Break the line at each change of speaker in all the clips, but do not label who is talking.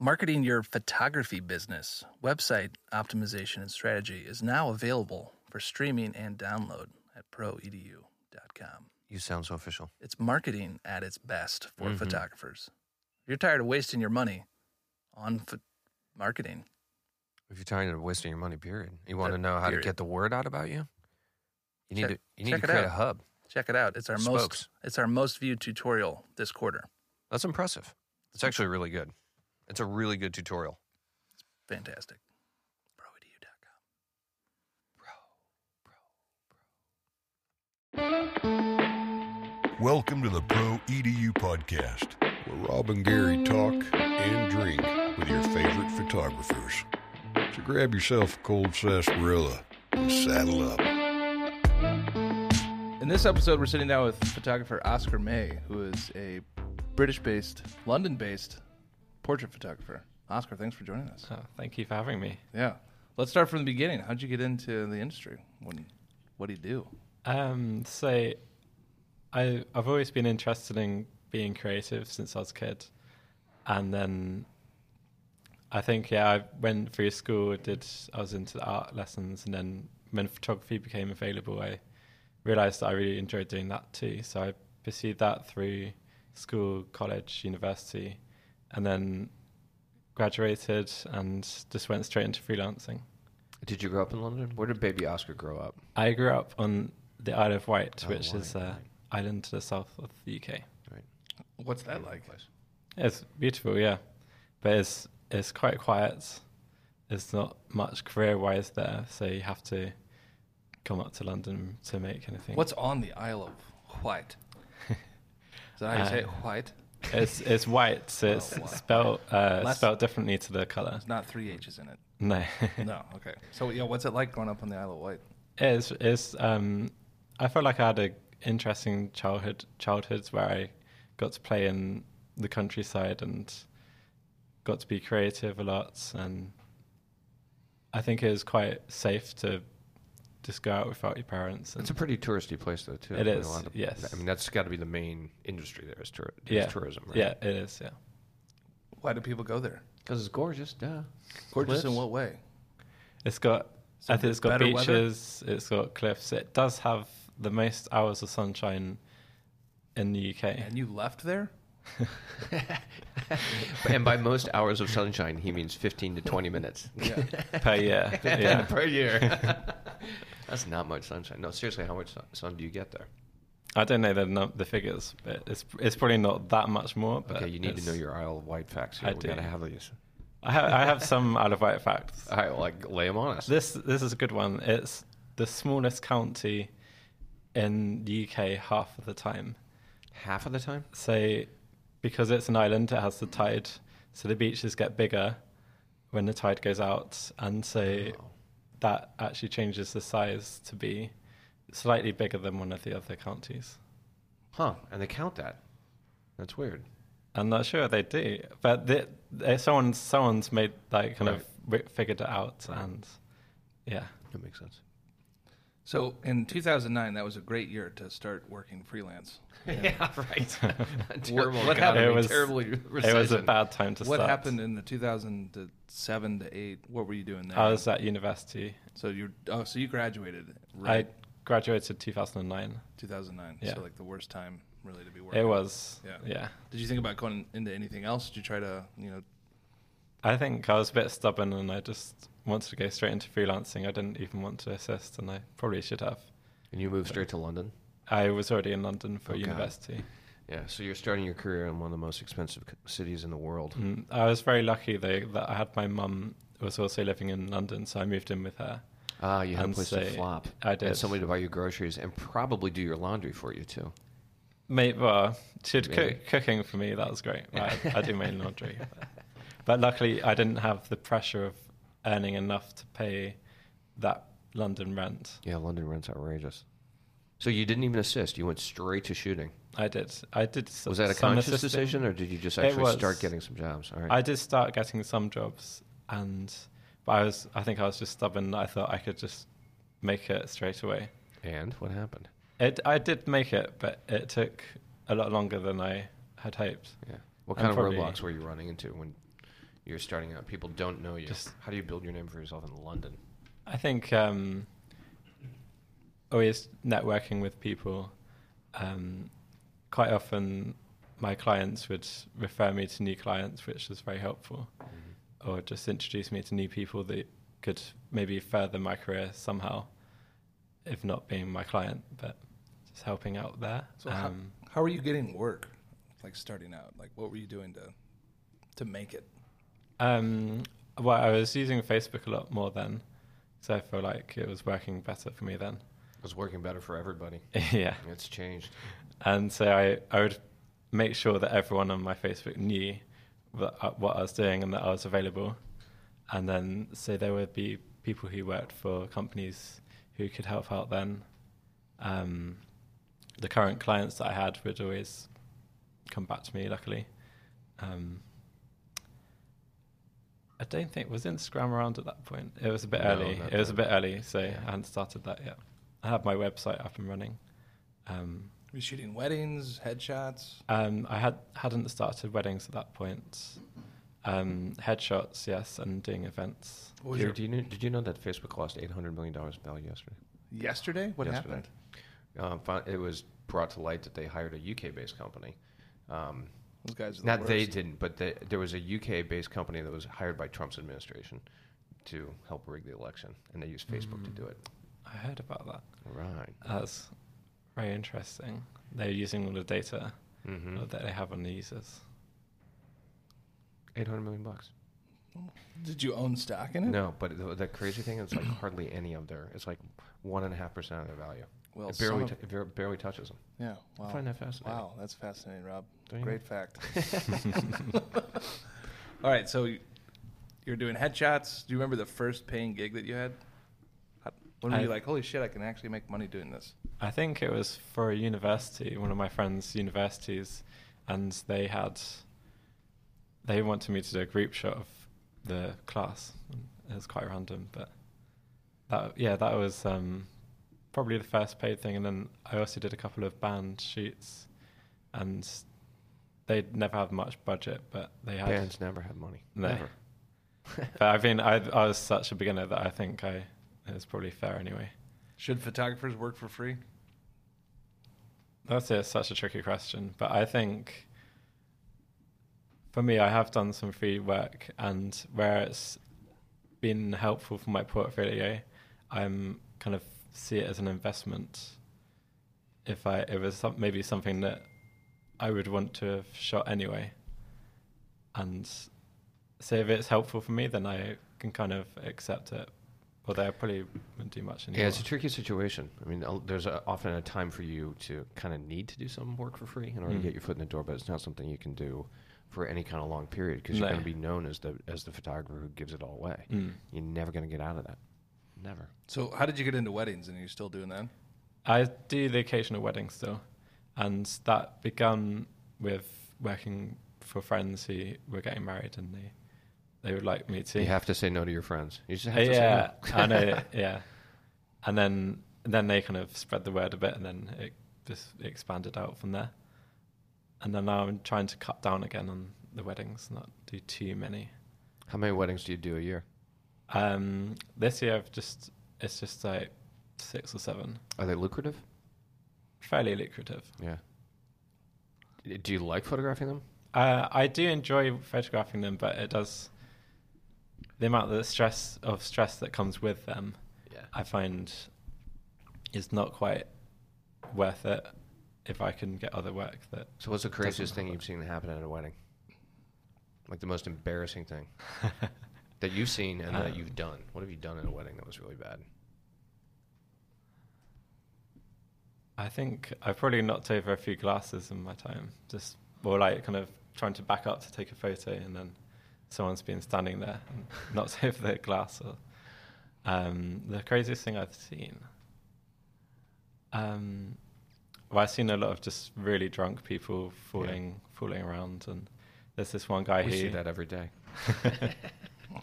Marketing your photography business, website optimization and strategy is now available for streaming and download at E proedu.com.
You sound so official.
It's marketing at its best for
Mhm.
photographers. If you're tired of wasting your money on pho- marketing,
If you're tired of wasting your money, period. You want
Uh,
to know how
period.
to get the word out about you? You need
Check-
to you need to
check it
create
out.
a hub.
check it out. It's our most
Spokes.
it's our most viewed tutorial this quarter.
That's impressive. It's actually really good. It's a really good tutorial.
Fantastic. E Proedu.com.
Welcome to the Pro EDU podcast, where Rob and Gary talk and drink with your favorite photographers. So grab yourself a cold sarsaparilla and saddle up.
In this episode, we're sitting down with photographer Oscar May, who is a British based, London based portrait photographer. Oscar, thanks for joining us.
Oh, thank you for having me.
Yeah. Let's start from the beginning. How'd you get into the industry? When, what do you do?
Um, so, I I've always been interested in being creative since I was a kid, and then I think yeah, I went through school. Did I was into the art lessons, and then when photography became available, I realized that I really enjoyed doing that too. So I pursued that through school, college, university, and then graduated and just went straight into freelancing.
Did you grow up in London? Where did baby Oscar grow up?
I grew up on the Isle of Wight,
Oh,
which is
Wight,
an
right.
island to the south of the UK.
What's that like?
It's beautiful, yeah, but it's it's quite quiet. There's not much career-wise there, so you have to come up to London to make anything.
What's on the Isle of Wight? Is that how you say it? White?
it's it's white, so it's
Oh, wow.
spelled uh,
Less-
spelled differently to the color.
There's not three H's in it.
No,
No. Okay. So, yeah, what's it like growing up on the Isle of Wight?
It's it's um I felt like I had a interesting childhood childhoods where I got to play in the countryside and got to be creative a lot and I think it was quite safe to just go out without your parents. And
It's a pretty touristy place, though, too.
It
I mean,
is,
a lot of-
yes.
I mean, that's got to be the main industry there is, tour- is
yeah,
tourism, right?
Yeah, it is, yeah.
Why do people go there?
Because it's gorgeous, duh.
Gorgeous in
Cliffs.
what way?
It's got I think it's got
better weather?
beaches, it's got cliffs. It does have the most hours of sunshine in the UK.
And you left there?
and by most hours of sunshine, he means 15 to 20 minutes
Yeah.
per year. yeah.
per year. that's not much sunshine. No, seriously, how much sun, sun do you get there?
I don't know the num- the figures, but it's it's probably not that much more. But
Okay, you need to
it's-
know your Isle of Wight facts. Here.
I
we
do.
got to have these.
I have I have some out of white facts.
All right, like lay them on us.
This this is a good one. It's the smallest county in the UK half of the time.
Half of the time?
So because it's an island, it has the tide, so the beaches get bigger when the tide goes out, and so that actually changes the size to be slightly bigger than one of the other counties.
Huh. And they count that. That's weird.
I'm not sure they do, but the, uh, someone someone's made like kind of wi- figured it out, and yeah,
That makes sense.
So in 2009, that was a great year to start working freelance.
Yeah, right. terrible
what
economy,
happened? It was-
terrible recession.
it was a bad time to
what
start.
happened in the 2007 to 8? What were you doing there?
I was uh, at university.
so you oh, so you graduated
I
right
graduated 2009.
2009.
Yeah.
So like the worst time really to be
It
working.
was
Yeah.
yeah.
Did you think about going into anything else? Did you try to you know?
I think I was a bit stubborn, and I just wanted to go straight into freelancing. I didn't even want to assist, and I probably should have.
And you moved straight to London.
I was already in London for
Oh, God.
university.
Yeah, so you're starting your career in one of the most expensive c- cities in the world.
Mm, I was very lucky though that I had my mum was also living in London, so I moved in with her.
Ah, you had
And
a place to
say-
flop.
I did.
And somebody to buy your groceries and probably do your laundry for you too.
Mate, well, she did
Really?
cook, cooking for me. That was great. I, I do my laundry, but, but luckily I didn't have the pressure of earning enough to pay that London rent.
Yeah, London rent's outrageous. So you didn't even assist. You went straight to shooting.
I did. I did. s-
Was that a
some
conscious
assisting.
decision, or did you just
It
actually
was.
start getting some jobs? All right.
I did start getting some jobs, and but I was. I think I was just stubborn. I thought I could just make it straight away.
and what happened?
It. I did make it, but it took a lot longer than I had hoped.
Yeah. What
And
kind of
probably-
roadblocks were you running into when you're starting out. People don't know you.
Just-
How do you build your name for yourself in London?
I think um, always networking with people. Um, quite often, my clients would refer me to new clients, which was very helpful,
Mm-hmm.
or just introduce me to new people that could maybe further my career somehow, if not being my client, but just helping out there.
So how-
Um,
How were you getting work? Like starting out, like what were you doing to to make it?
Um, well, I was using Facebook a lot more then, so I feel like it was working better for me then.
It was working better for everybody.
yeah,
It's changed.
and so I, I would make sure that everyone on my Facebook knew that, uh, what I was doing and that I was available, and then so there would be people who worked for companies who could help out then. Um, the current clients that I had would always come back to me, luckily. Um, I don't think was Instagram around at that point. It was a bit
No,
early.
not
It was a
then.
bit early, so
Yeah.
I hadn't started that yet. I had my website up and running. Um,
Were you shooting weddings, headshots?
um, I had hadn't started weddings at that point. Um, headshots, yes, and doing events.
What was
Dude,
your-
do you know, did you know that Facebook lost eight hundred million dollars value yesterday?
yesterday? What
Yesterday.
happened?
Um, fin- it was brought to light that they hired a UK-based company. Um,
Those guys are the
not they
worst.
didn't, but they, there was a UK-based company that was hired by Trump's administration to help rig the election, and they used Facebook
Mm.
to do it.
I heard about that.
Right.
That's very interesting. They're using all the data
Mm-hmm.
that they have on the users.
Eight hundred million bucks.
Did you own stock in it?
No, but the, the crazy thing is like hardly any of their. It's like one and a half percent of their value.
Well,
it barely
some of-
t- it bar- barely touches them.
yeah. Wow.
I find that fascinating.
Wow, that's fascinating, Rob.
Don't you
Great fact. All right, so you- you're doing headshots. Do you remember the first paying gig that you had? How- When were
I-
you like, holy shit, I can actually make money doing this?
I think it was for a university, one of my friends' universities, and they had they wanted me to do a group shot of the class. It was quite random, but that yeah, that was um, probably the first paid thing. And then I also did a couple of band shoots, and they'd never have much budget, but they had.
Bands never had money.
No.
Never.
But I mean, I I was such a beginner that I think I it was probably fair anyway.
Should photographers work for free?
That's a, such a tricky question, but I think for me, I have done some free work, and where it's been helpful for my portfolio, I'm kind of see it as an investment. If I it was some, maybe something that I would want to have shot anyway, and so if it's helpful for me, then I can kind of accept it. Although I probably wouldn't do much anymore.
Yeah, it's a tricky situation. I mean, uh, there's a, often a time for you to kind of need to do some work for free in order
Mm.
to get your foot in the door, but it's not something you can do for any kind of long period because you're
No.
going to be known as the as the photographer who gives it all away.
Mm.
You're never going to get out of that. Never.
So, how did you get into weddings and are you still doing that?
I do the occasional wedding still, and that began with working for friends who were getting married, and they they would like me to.
You have to say no to your friends. You just have to
yeah,
say no.
I know. Yeah, and then then they kind of spread the word a bit, and then it just expanded out from there. And then now I'm trying to cut down again on the weddings, not do too many.
How many weddings do you do a year?
Um, this year I've just it's just like six or seven,
Are they lucrative?
fairly lucrative.
Yeah. D- Do you like photographing them?
Uh, I do enjoy photographing them, but it does the amount of the stress of stress that comes with them.
Yeah.
I find is not quite worth it if I can get other work that
So, what's the
Doesn't
craziest thing
matter.
you've seen happen at a wedding? Like the most embarrassing thing that you've seen and that
Um,
you've done. What have you done at a wedding that was really bad?
I think I've probably knocked over a few glasses in my time. Just or like kind of trying to back up to take a photo, and then someone's been standing there and knocked over their glass. Or, um, the craziest thing I've seen. Um, well, I've seen a lot of just really drunk people falling falling around, and there's this one guy
we
who
see that every day.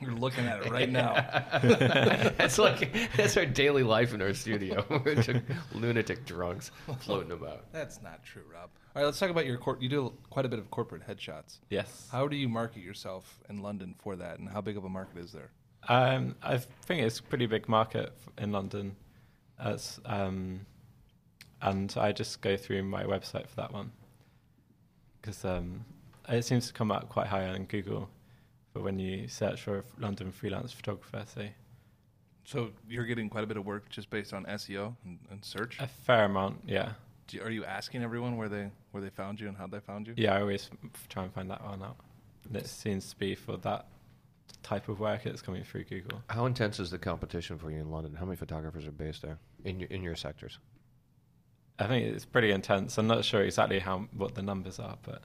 You're looking at it right now.
That's like that's our daily life in our studio. We're just lunatic drunks floating about.
That's not true, Rob. All right, let's talk about your court. You do quite a bit of corporate headshots.
Yes.
How do you market yourself in London for that, and how big of a market is there?
Um, I think it's a pretty big market f- in London. As, um, and I just go through my website for that one because um, it seems to come out quite high on Google for when you search for f- London freelance photographer. So
So you're getting quite a bit of work just based on SEO and, and search.
a fair amount, yeah.
Do you- are you asking everyone where they where they found you and how they found you?
Yeah, I always f- try and find that one out. And it seems to be for that type of work it's coming through Google.
How intense is the competition for you in London? How many photographers are based there in your, in your sectors?
I think it's pretty intense. I'm not sure exactly how what the numbers are, but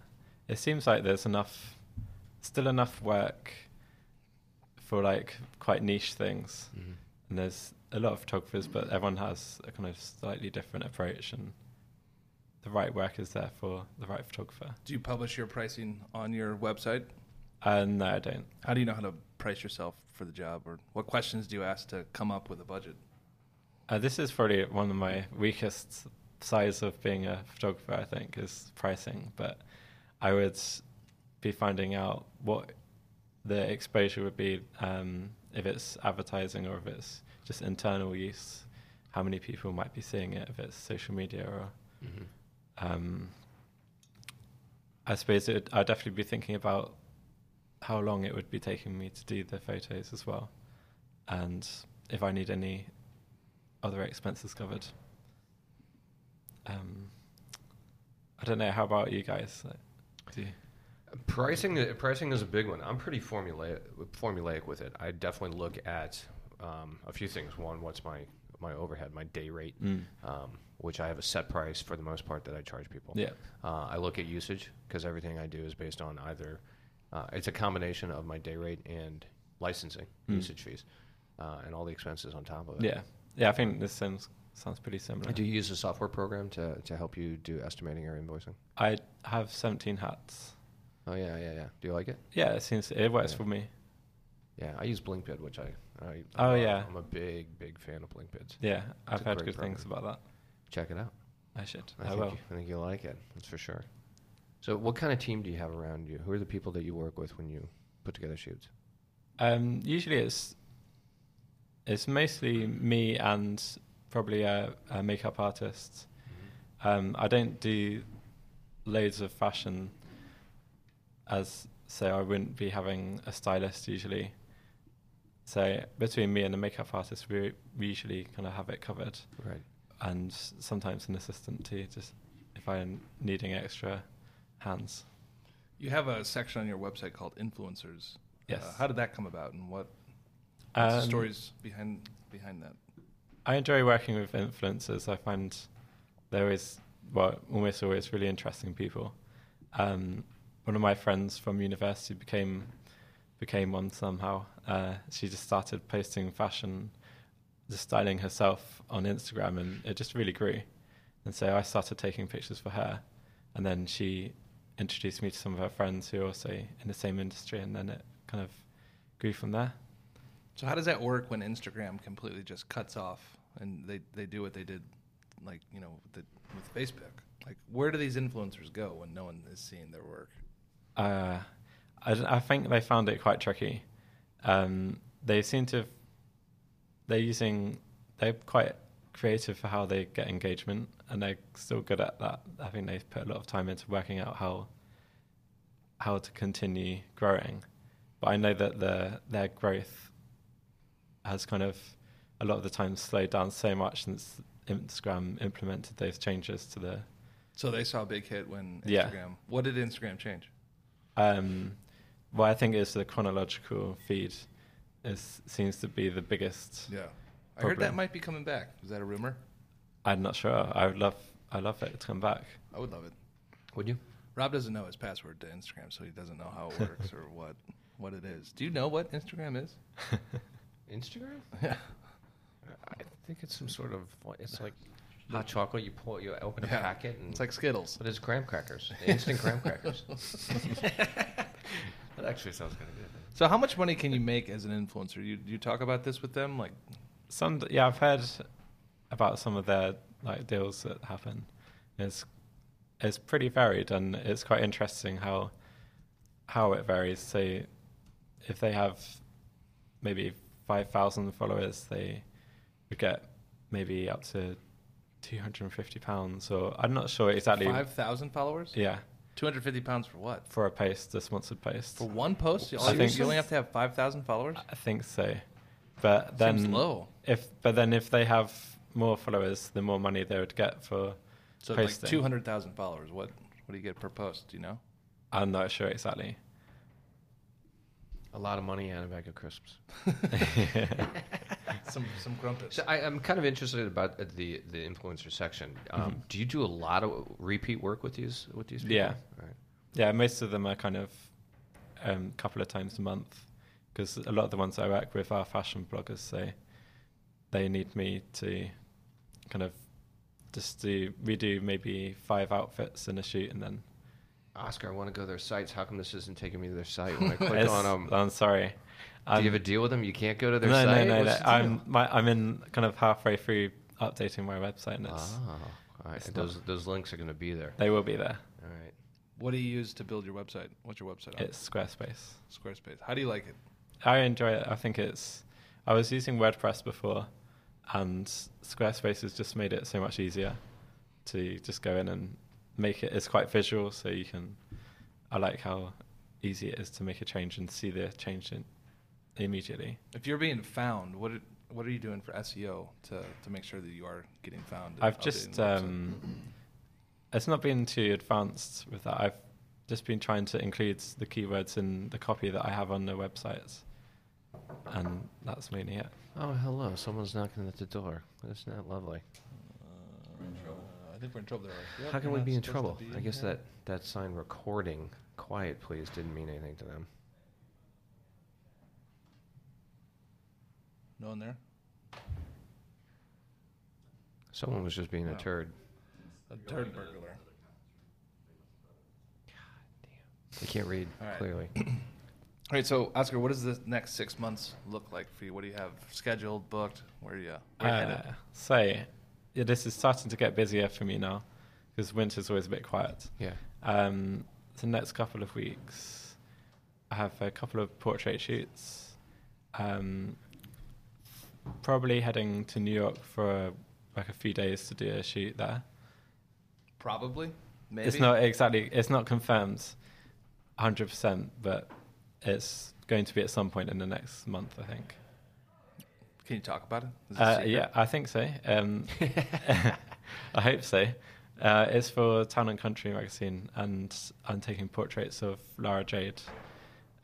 it seems like there's enough, still enough work for like quite niche things. And there's a lot of photographers, but everyone has a kind of slightly different approach, and the right work is there for the right photographer.
Do you publish your pricing on your website?
And Uh, no, I don't.
How do you know how to price yourself for the job, or what questions do you ask to come up with a budget?
Uh, this is probably one of my weakest sides of being a photographer, I think, is pricing. But I would s- be finding out what the exposure would be um, if it's advertising or if it's just internal use, how many people might be seeing it, if it's social media or. Um, I suppose it, I'd definitely be thinking about how long it would be taking me to do the photos as well, and if I need any other expenses covered. Um, I don't know. How about you guys? Like, do you-
Pricing uh, pricing is a big one. I'm pretty formulaic formulaic with it. I definitely look at um, a few things. One, what's my my overhead, my day rate, um, which I have a set price for the most part that I charge people.
Yeah.
Uh, I look at usage because everything I do is based on either uh, it's a combination of my day rate and licensing usage fees uh, and all the expenses on top of it.
yeah, yeah. I think this sounds sounds pretty similar.
Do you use a software program to, to help you do estimating or invoicing?
I have 17 hats.
Oh yeah, yeah, yeah. Do you like it?
Yeah, it seems it works
Yeah.
for me.
Yeah, I use Blinkbid, which I, I
Oh,
uh,
yeah.
I'm a big big fan of Blinkbids.
Yeah, I've
a
heard
great
good things about that.
Check it out.
I should.
I,
I,
think
will.
You, I think you'll like it. That's for sure. So, what kind of team do you have around you? Who are the people that you work with when you put together shoots?
Um, usually it's it's mostly me and probably a, a makeup artist. Um, I don't do loads of fashion, as so I wouldn't be having a stylist usually. So between me and the makeup artist, we, we usually kind of have it covered,
Right.
and sometimes an assistant too, just if I'm needing extra hands.
You have a section on your website called influencers. Uh,
Yes.
how did that come about, and what what's the
Um,
stories behind behind that?
I enjoy working with influencers. I find there is well, almost always really interesting people. Um, one of my friends from university became became one somehow. Uh, she just started posting fashion, just styling herself on Instagram, and it just really grew. And so I started taking pictures for her, and then she introduced me to some of her friends who are also in the same industry, and then it kind of grew from there.
So how does that work when Instagram completely just cuts off and they, they do what they did, like you know with, the, with Facebook? Like where do these influencers go when no one is seeing their work?
uh, I, d- I think they found it quite tricky. Um, they seem to, have- they're using, they're quite creative for how they get engagement, and they're still good at that. I think they've put a lot of time into working out how how to continue growing. But I know that the their growth has kind of a lot of the time slowed down so much since Instagram implemented those changes to the
So they saw a big hit when Instagram.
Yeah.
What did Instagram change?
Um, well, I think it's the chronological feed. Is, seems to be the biggest.
Yeah, I heard
Probably.
that might be coming back. Is that a rumor?
I'm not sure. I would love, I love it to come back.
I would love it.
Would you?
Rob doesn't know his password to Instagram, so he doesn't know how it works or what what it is. Do you know what Instagram is?
Instagram?
Yeah.
I think it's some sort of like- it's like hot chocolate. You pull, you open a
Yeah.
packet, and
It's like Skittles.
but it's graham crackers, instant graham crackers. that actually sounds kind of good.
So how much money can you make as an influencer? You you talk about this with them, like
Some yeah, I've heard about some of their like deals that happen. It's it's pretty varied and it's quite interesting how how it varies. So if they have maybe five thousand followers, they would get maybe up to two hundred and fifty pounds or I'm not sure exactly
five thousand followers,
yeah.
two hundred fifty pounds for what?
For a post, a sponsored post.
For one post, all
I
you,
think-
you only have to have five thousand followers.
I think so. But then
Seems low.
If but then if they have more followers, the more money they would get for
So
posting.
like two hundred thousand followers. What what do you get per post? Do you know?
I'm not sure exactly.
A lot of money and a bag of crisps.
Some some crumpets.
So I, I'm kind of interested about the the influencer section. Um, Do you do a lot of repeat work with these with these people?
Mm-hmm. Yeah.
All right.
Yeah, most of them are kind of a um, couple of times a month because a lot of the ones I work with are fashion bloggers, so they need me to kind of just do we do maybe five outfits in a shoot and then
Oscar, I want to go to their sites. How come this isn't taking me to their site when I click
It's-
on them?
I'm Oh, sorry.
Do
Um, I'm-
you have a deal with them? You can't go to their
no,
site.
No, no,
What's
no.
the deal?
I'm my, I'm in kind of halfway through updating my website, and it's,
Ah, all right. Those those links are going to be there.
they will be there.
All right.
What do you use to build your website? What's your website on?
It's Squarespace.
Squarespace. How do you like it?
I enjoy it. I think it's. I was using WordPress before, and Squarespace has just made it so much easier to just go in and make it. It's quite visual, so you can. I like how easy it is to make a change and see the change in, immediately.
If you're being found, what are- what are you doing for SEO to, to make sure that you are getting found? and
I've
updating
just
the website?
um, it's not been too advanced with that. I've just been trying to include the keywords in the copy that I have on the websites, and that's mainly it.
Oh, hello. Someone's knocking at the door. That's not lovely.
I think we're in Uh, trouble. They're like, "Yep,
How can
you're
we
not
be in
supposed to
trouble?
be
I guess
here."
that, that sign recording quiet please didn't mean anything to them.
no one there.
Someone was just being a turd.
A turd burglar.
They can't read
right.
clearly.
All right, so Oscar, what does the next six months look like for you? What do you have scheduled, booked? Where are you? Where are you headed?
Uh, so yeah, this is starting to get busier for me now because winter's always a bit quiet.
Yeah.
Um, the next couple of weeks, I have a couple of portrait shoots. Um, probably heading to New York for like a few days to do a shoot there.
Probably, maybe.
It's not exactly. It's not confirmed, hundred percent, but it's going to be at some point in the next month, I think.
Can you talk about it? Is it a
Uh,
secret?
yeah, I think so. Um, I hope so. Uh, it's for Town and Country magazine, and I'm taking portraits of Lara Jade,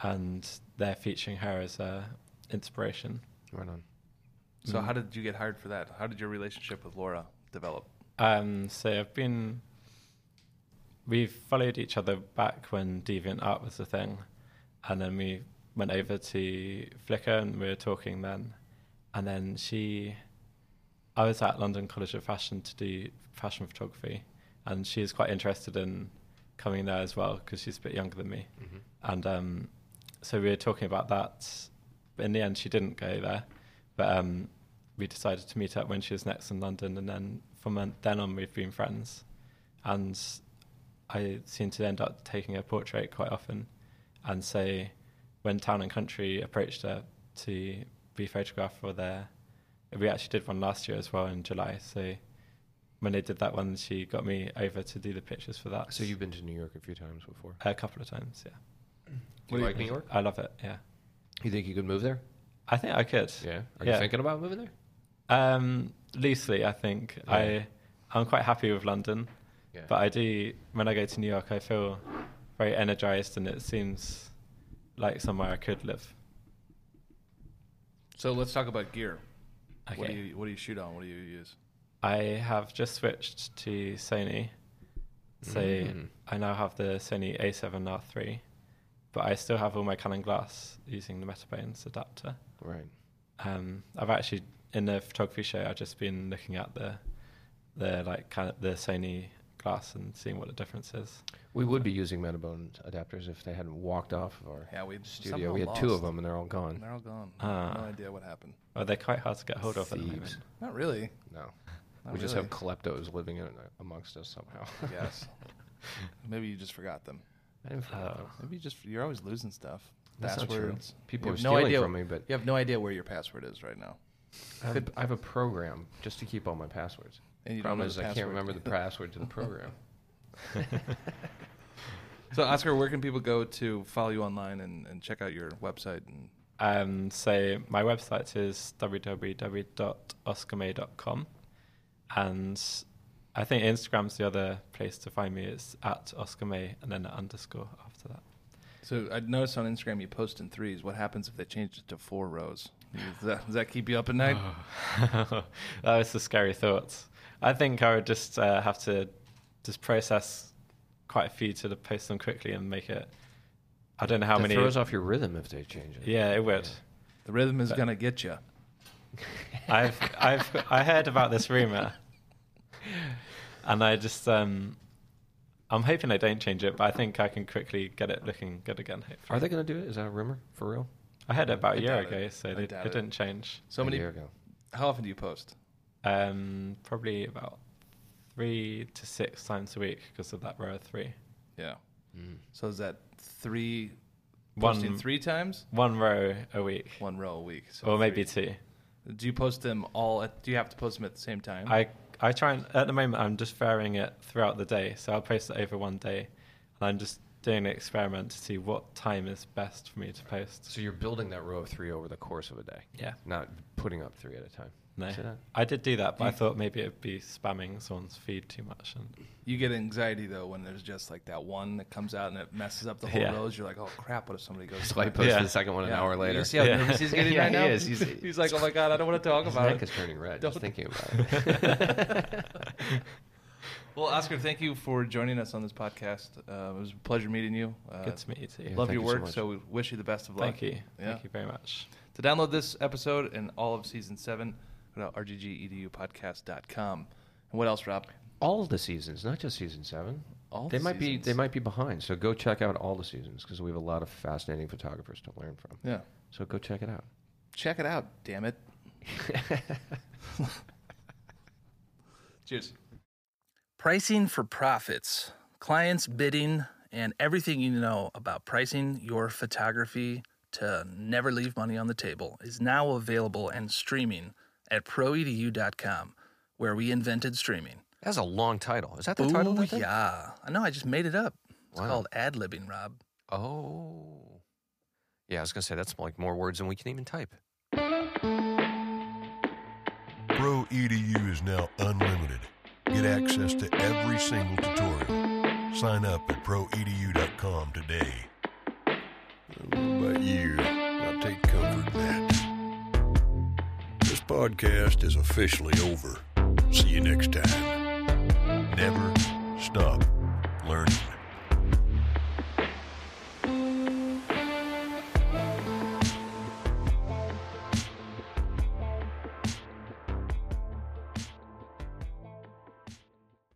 and they're featuring her as a inspiration.
Right on.
So how did you get hired for that? How did your relationship with Laura develop?
Um, so I've been. We've followed each other back when Deviant Art was a thing, and then we went over to Flickr and we were talking then, and then she, I was at London College of Fashion to do fashion photography, and she was quite interested in coming there as well because she's a bit younger than me, and um, so we were talking about that. In the end, she didn't go there, but um, we decided to meet up when she was next in London, and then from then on we've been friends, and I seem to end up taking her portrait quite often, and so when Town and Country approached her to be photographed for their, we actually did one last year as well in July. So when they did that one, she got me over to do the pictures for that.
So you've been to New York a few times before.
a couple of times, yeah.
Do you like New York?
I love it. Yeah,
You think you could move there?
I think I could.
Yeah. Are you
Yeah.
thinking about moving there?
Um, loosely, I think I I'm quite happy with London,
Yeah.
but I do when I go to New York, I feel very energized, and it seems like somewhere I could live.
So let's talk about gear. What
Okay.
do you what do you shoot on? What do you use?
I have just switched to Sony, so
Mm.
I now have the Sony A7R three, but I still have all my Canon glass using the Metabones adapter.
Right.
Um, I've actually in the photography show I've just been looking at the the like kind of the Sony glass and seeing what the difference is.
We would be using metabone adapters if they hadn't walked off of our
Yeah, we
studio. We had two of Uh. them and they're all gone.
They're all gone. no idea what happened.
Well, they're quite hard to get hold of at the
Thieves.
moment.
Not really.
No.
Not
we just have
really.
kleptos living in, amongst us somehow.
Yes. Maybe you just forgot them.
I didn't forget them.
Maybe you just you're always losing stuff.
That's not true.
Passwords.
People
You
are
have
stealing from me, but-
you have no idea where your password is right now.
I have, I have a program just to keep all my passwords.
And you don't
Problem
know
is,
the
I can't
password.
remember the password to the program.
So Oscar, where can people go to follow you online and, and check out your website and
Um, so my website is www.oscarmay.com, and I think Instagram's the other place to find me. It's at Oscar May and then an underscore after that.
so I noticed on Instagram you post in threes. What happens if they change it to four rows? Does that, does that keep you up at night?
that was a scary thought. I think I would just uh, have to just process quite a few to post them quickly and make it. I don't know how
That
many.
throws off your rhythm if they change it.
Yeah, it would.
The rhythm is gonna get you.
I've I've I heard about this rumor, and I just um, I'm hoping they don't change it, but I think I can quickly get it looking good again. Hopefully,
Are they going to do it? Is that a rumor for real?
I heard it about a
I
year
doubt it.
ago, so
I
they,
doubt
it
it.
didn't change.
So
a
many.
year ago.
How often do you post?
Um, probably about three to six times a week because of that row of three.
Yeah. So is that three
One-
posting three times?
One row a week,
One row a week. So
or maybe
three.
two.
do you post them all? At, do you have to post them at the same time?
I I try and at the moment I'm just varying it throughout the day, so I'll post it over one day, and I'm just doing an experiment to see what time is best for me to post.
So you're building that row of three over the course of a day.
Yeah.
Not putting up three at a time.
No,
See that?
I did do that, but I thought maybe it'd be spamming someone's feed too much. And
you get anxiety though when there's just like that one that comes out and it messes up the whole
Yeah.
rows. You're like, oh crap! What if somebody goes?
So I posted
Yeah.
the second one an
Yeah.
hour later.
You see how
Yeah.
nervous he's getting
Yeah,
right
he
now?
is. He's-
he's like, oh my god, I don't want to talk
His
about
neck
it.
is turning red just
Don't-
thinking about it.
Well, Oscar, thank you for joining us on this podcast. Uh, it was a pleasure meeting you. Uh,
good to meet you too.
Yeah,
Love
thank
your
you so
work.
much.
so, we wish you the best of luck.
Thank you.
Yeah.
Thank you very much.
To download this episode and all of season seven, go to rggedupodcast.com. And what else, Rob?
all the seasons, not just season seven.
All
they
the
might be they
seasons.
might be behind. So go check out all the seasons because we have a lot of fascinating photographers to learn from.
Yeah.
So go check it out.
Check it out, damn it. Cheers. Pricing for profits, clients bidding, and everything you know about pricing your photography to never leave money on the table is now available and streaming at E proedu.com, where we invented streaming.
That's a long title. Is that the title?
Oh,
of that thing?
yeah. I know, I just made it up. It's
Wow.
called ad libbing, Rob.
Oh. Yeah, I was going to say that's like more words than we can even type.
Pro EDU is now unlimited. Get access to every single tutorial. Sign up at E proedu.com today. I don't know about you, I take comfort in that. This podcast is officially over. See you next time. Never stop learning.